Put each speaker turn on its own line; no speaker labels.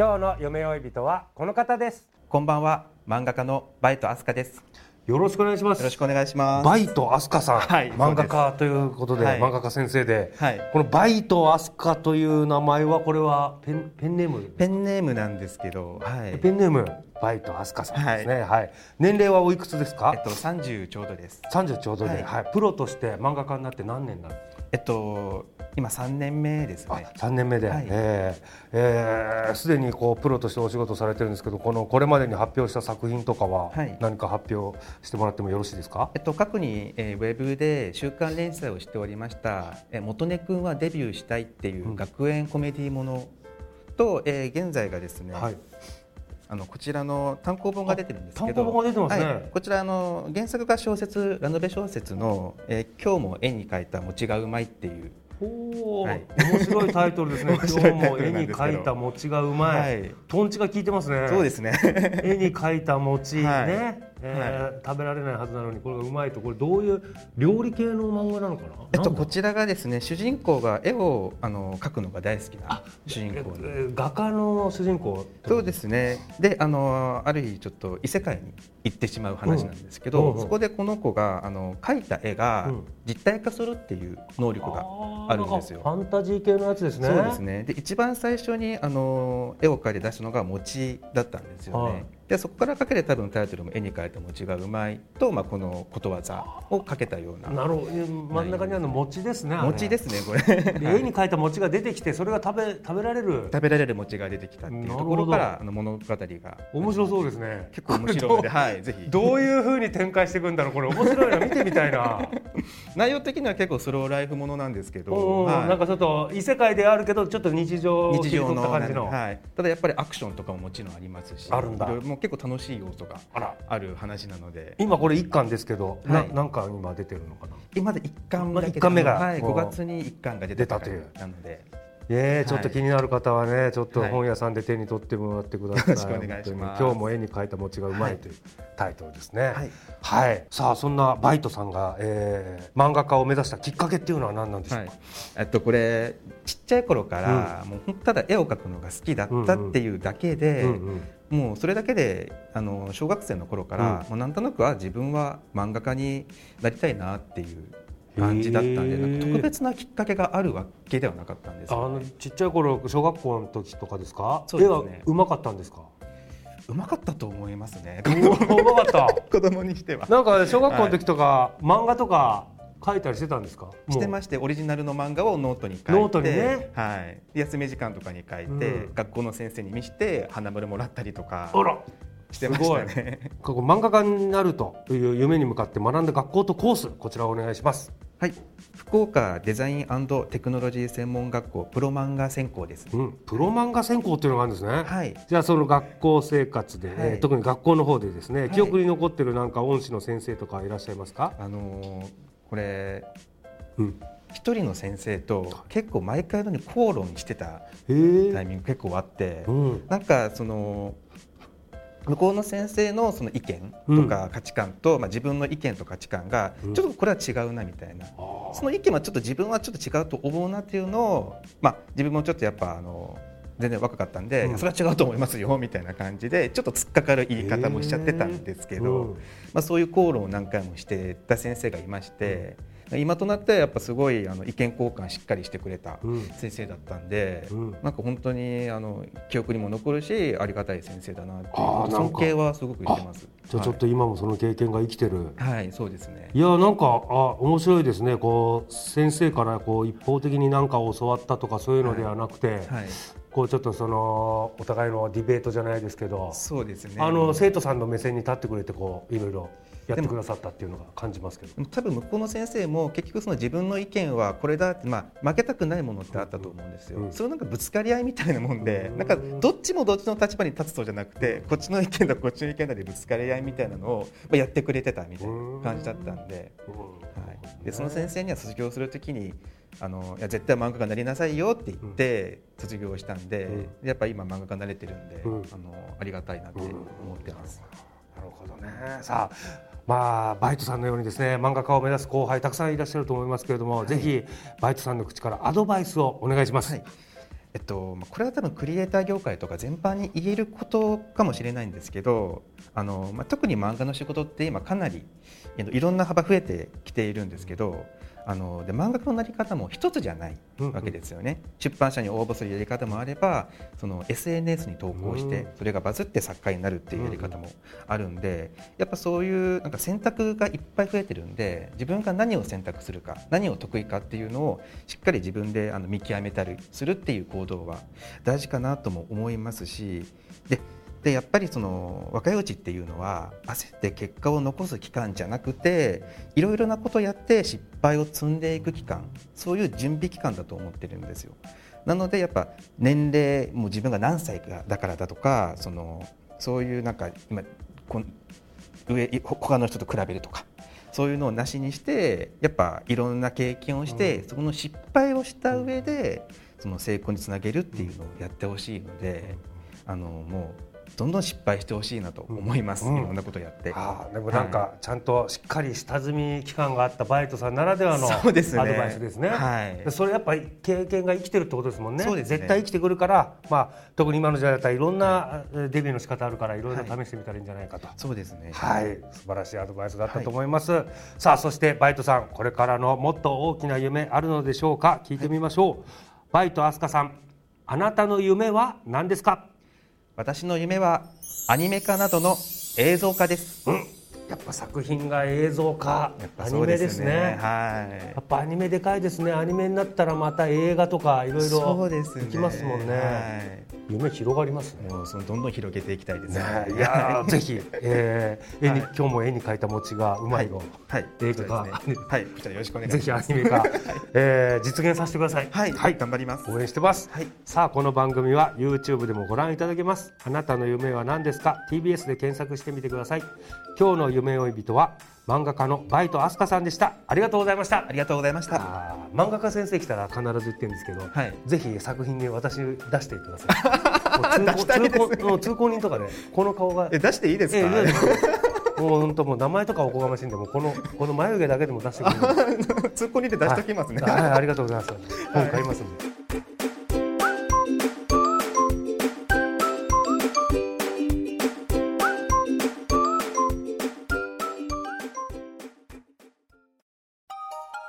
今日の夢追い人はこの方です
こんばんは、漫画家のバイトアスカです。
よろしくお願いします。
よろしくお願いします。
バイト飛鳥さん、
はい
漫画家ということで、
はい
漫画家先生で、
はい
このバイト飛鳥という名前はこれはペンペンネーム、
ペンネームなんですけど、はい。
ペンネームバイト飛鳥さんですね。はい。年齢はおいくつですか
えっ？と三十ちょうどです。
三、十、ちょうどで、は、
はいい
プロとして漫画家になって何年なんですか？
えっと今三年目です
あ
ね。
3年目で、
はい
えーえーすでにこうプロとしてお仕事されてるんですけどこのこれまでに発表した作品とかは
はい
何か発表してもらってもよろしいですか、
えっと過去に、えーウェブで週刊連載をしておりました。えー元根くんはデビューしたいっていう学園コメディものと、えー現在がですね。
はい
あのこちらの単行本が出てるんですけど
あ単行本が出てますね
はい、こちらあの原作が小説ラノベ小説の、えー今日も絵に描いた餅がうまい」っていう
おお、
はい
面白いタイトルですね。
面
今
白いタ
日
イトル
も絵
なん
に
ですけど
描いた餅がうまい。
はい
とんちが効いてますね。
そうですね
絵に描いた餅ね、
はい
えー食べられないはずなのにこれがうまいとこれどういう料理系の漫画なのかな。
えっ
な
と、
んだ
こちらがですね主人公が絵をあの描くのが大好きな主人公で
えー画家の主人公。
そうですねであのある日ちょっと異世界に行ってしまう話なんですけど、
うん
そこでこの子があの描いた絵が
うん
実体化するっていう能力があるんですよ
あ。ーなんかファンタジー系のやつですね。
そうですねで一番最初にあの絵を描いて出したのが餅だったんですよね、
はい
でそこからかけて多分タイトルも「絵に描いた餅がうまいと」まあ、このことわざをかけたような
なるほど、えー真ん中にあるの餅ですね。あれ
餅ですねこ れ
で絵に描いた餅が出てきて、それが食べ、食べられる。
食べられる餅が出てきたっていうとこ
なる
ろか
ほ
らあの物語が
面白そうですね。
結構面白いので、はい、ぜひ
どういう風に展開していくんだろうこれ面白いな見てみたいな
内容的には結構スローライフものなんですけど、
おー
はい
なんかちょっと異世界ではあるけどちょっと日常を切り
日常
取っ
の
た感じの、
はい、ただやっぱりアクションとかももちろんありますし
あるんだ
いろいろもう結構楽しい要素が
あら
ある話なので
今これ一巻ですけど、
は
ない何巻今出てるのかな
今で一巻だけ
一巻目が
はい、
もう
5月に一巻が出てたというなので
え
は
ー、
い
ちょっと気になる方はね、ちょっと
はい
本屋さんで手に取ってもらってください。
よろしくお願いしま
本
す
当に今日も絵に描いた餅がうまいというタイトルですね。は
はいい。
さあそんなバイトさんが、えー漫画家を目指したきっかけっていうのは何なんでしょう
は
か。
い、えっとこれちっちゃい頃から、もうほんただ絵を描くのが好きだったっていうだけで、
うんうん
もうそれだけであの小学生の頃から、もうなんとなくあ自分は漫画家になりたいなっていう感じだったん
へ
で
ー
なんか特別なきっかけがあるわけではなかったんです
あ
よ、
のちっちゃい頃小学校の時とかですか。
そうですね
絵がうまかったんですか。
うまかったと思いますね
うまかった。
子供にしては。
なんか小学校の時とか、漫画とか書いたりしてたんですか。
してま
し
してオリジナルの漫画をノートに書いて
ノートにね
はい、休み時間とかに書いて、
うん
学校の先生に見せて花丸もらったりとか
あら。
してましたね。
ここ漫画家になるという夢に向かって学んだ学校とコースこちらをお願いします。
はい、福岡デザインテクノロジー専門学校プロ漫画専攻ですね。
うん、プロ漫画専攻っていうのがあるんですね。
はい
じゃあその学校生活で、
はい
えー特に学校の方でですね、記憶に残ってるなんか恩師の先生とかいらっしゃいますか。
あのーこれ
うん。
一人の先生と結構毎回のように口論してた
へ
タイ
え。
ミング結構あって、
うん。
なんかその向こうの先生のその意見とか価値観と、まあ、自分の意見と価値観が
うん
ちょっとこれは違うなみたいな、
あ
その意見はちょっと自分はちょっと違うと思うなっていうのを、まあ、自分もちょっとやっぱあの全然若かったんで、
うん
いやそれは違うと思いますよみたいな感じでちょっと突っかかる言い方もしちゃってたんですけど、
うん
まあ、そういう口論を何回もしてた先生がいまして、今となってはやっぱすごいあの意見交換しっかりしてくれた
うん
先生だったんで、
うん
なんか本当にあの記憶にも残るしありがたい先生だなっていう
あーなん
尊
か
敬はすごくしてます。
じゃあ
はい
ちょっと今もその経験が生きてる、
はい、そうですね。
いやなんかあ面白いですねこう先生からこう一方的に何かを教わったとかそういうのではなくて、
はい、
こうちょっとそのお互いのディベートじゃないですけど、
そうですね。
あの生徒さんの目線に立ってくれてこういろいろやってくださったっていうのが感じますけど。
多分向こうの先生も結局その自分の意見はこれだって、まあ、負けたくないものってあったと思うんですよ、
うん
それなんかぶつかり合いみたいなもんで、なんかどっちもどっちの立場に立つそうじゃなくてこっちの意見だこっちの意見だでぶつかり合いみたいなのをまあやってくれてたみたいな感じだったんで,、はい、でその先生には卒業するときにあのいや絶対漫画家になりなさいよって言って卒業したんで、
う
やっぱ今漫画家になれてるんで、
うん
あのありがたいなって思ってます。
なるほどね。さあ、まあバイトさんのようにですね、漫画家を目指す後輩たくさんいらっしゃると思いますけれども、ぜひバイトさんの口からアドバイスをお願いします。
はいえっと、まあこれは多分クリエイター業界とか全般に言えることかもしれないんですけどあの、まあ、特に漫画の仕事って今かなりえっといろんな幅増えてきているんですけどあので漫画家のなり方も一つじゃないわけですよね、出版社に応募するやり方もあればその SNS に投稿して
う
それがバズって作家になるっていうやり方もあるんでやっぱそういうなんか選択がいっぱい増えてるんで自分が何を選択するか何を得意かっていうのをしっかり自分であの見極めたりするっていう行動は大事かなとも思いますしででやっぱりその若いうちっていうのは焦って結果を残す期間じゃなくていろいろなことをやって失敗を積んでいく期間そういう準備期間だと思ってるんですよ。なのでやっぱ年齢もう自分が何歳かだからだとかそのそういうなんか今こん上いほ他の人と比べるとかそういうのをなしにしてやっぱいろんな経験をして、そこの失敗をした上でその成功につなげるっていうのをやってほしいので、あのもうどんどん失敗してほしいなと思います、
うんうん
いろんなことやって。
ああ、でもなんかちゃんとしっかり下積み期間があったバイトさんならではのア
そう
ド
ですね
バイスですね。
はい
でそれやっぱり経験が生きてるってことですもんね。
そうですね
絶対生きてくるから、まあ特に今の時代だったらいろんなえーデビューの仕方あるからいろいろ試してみたらいいんじゃないかと。
そうですね、
はい、素晴らしいアドバイスだったと思います。さあ、そしてバイトさん、これからのもっと大きな夢あるのでしょうか。聞いてみましょう。バイトアスカさん、あなたの夢は何ですか。
私の夢はアニメ化などの映像化です。
うん、やっぱ作品が映像化、
やっぱ
ア
そ
ニ
う
メですね。
はい
やっぱアニメでかいですね。アニメになったらまた映画とかいろい
そう
ろ
ですね
できますもんね。
は
夢広がりますね。
もうそのどんどん広げていきたいですね。
ねいやーぜ ひ、えー絵に、
はい
今日も絵に描いた餅がうまいの、
はい、
映画化、
そうですねはい、こちらよろしくお願いし
ぜ
ます。
ひアニメ化、えー実現させてください。
はい、はい、頑張ります。
応援してます、
はい
さあこの番組は YouTube でもご覧いただけますあなたの夢は何ですか TBS で検索してみてください今日の夢追い人は漫画家のバイトアスカさんでしたありがとうございました
ありがとうございました。
あー漫画家先生来たら必ず言ってるんですけど、
はい
ぜひ作品に私出してくださ いもう
出したいです
通行もう通行人とかねこの顔が
え、出していいです
ええ
か。
いやい やもう本当もう名前とかおこがましいんでもうこのこの眉毛だけでも出してくれる
通行にで 出しときますね。
はい、ありがとうございます本買いますんで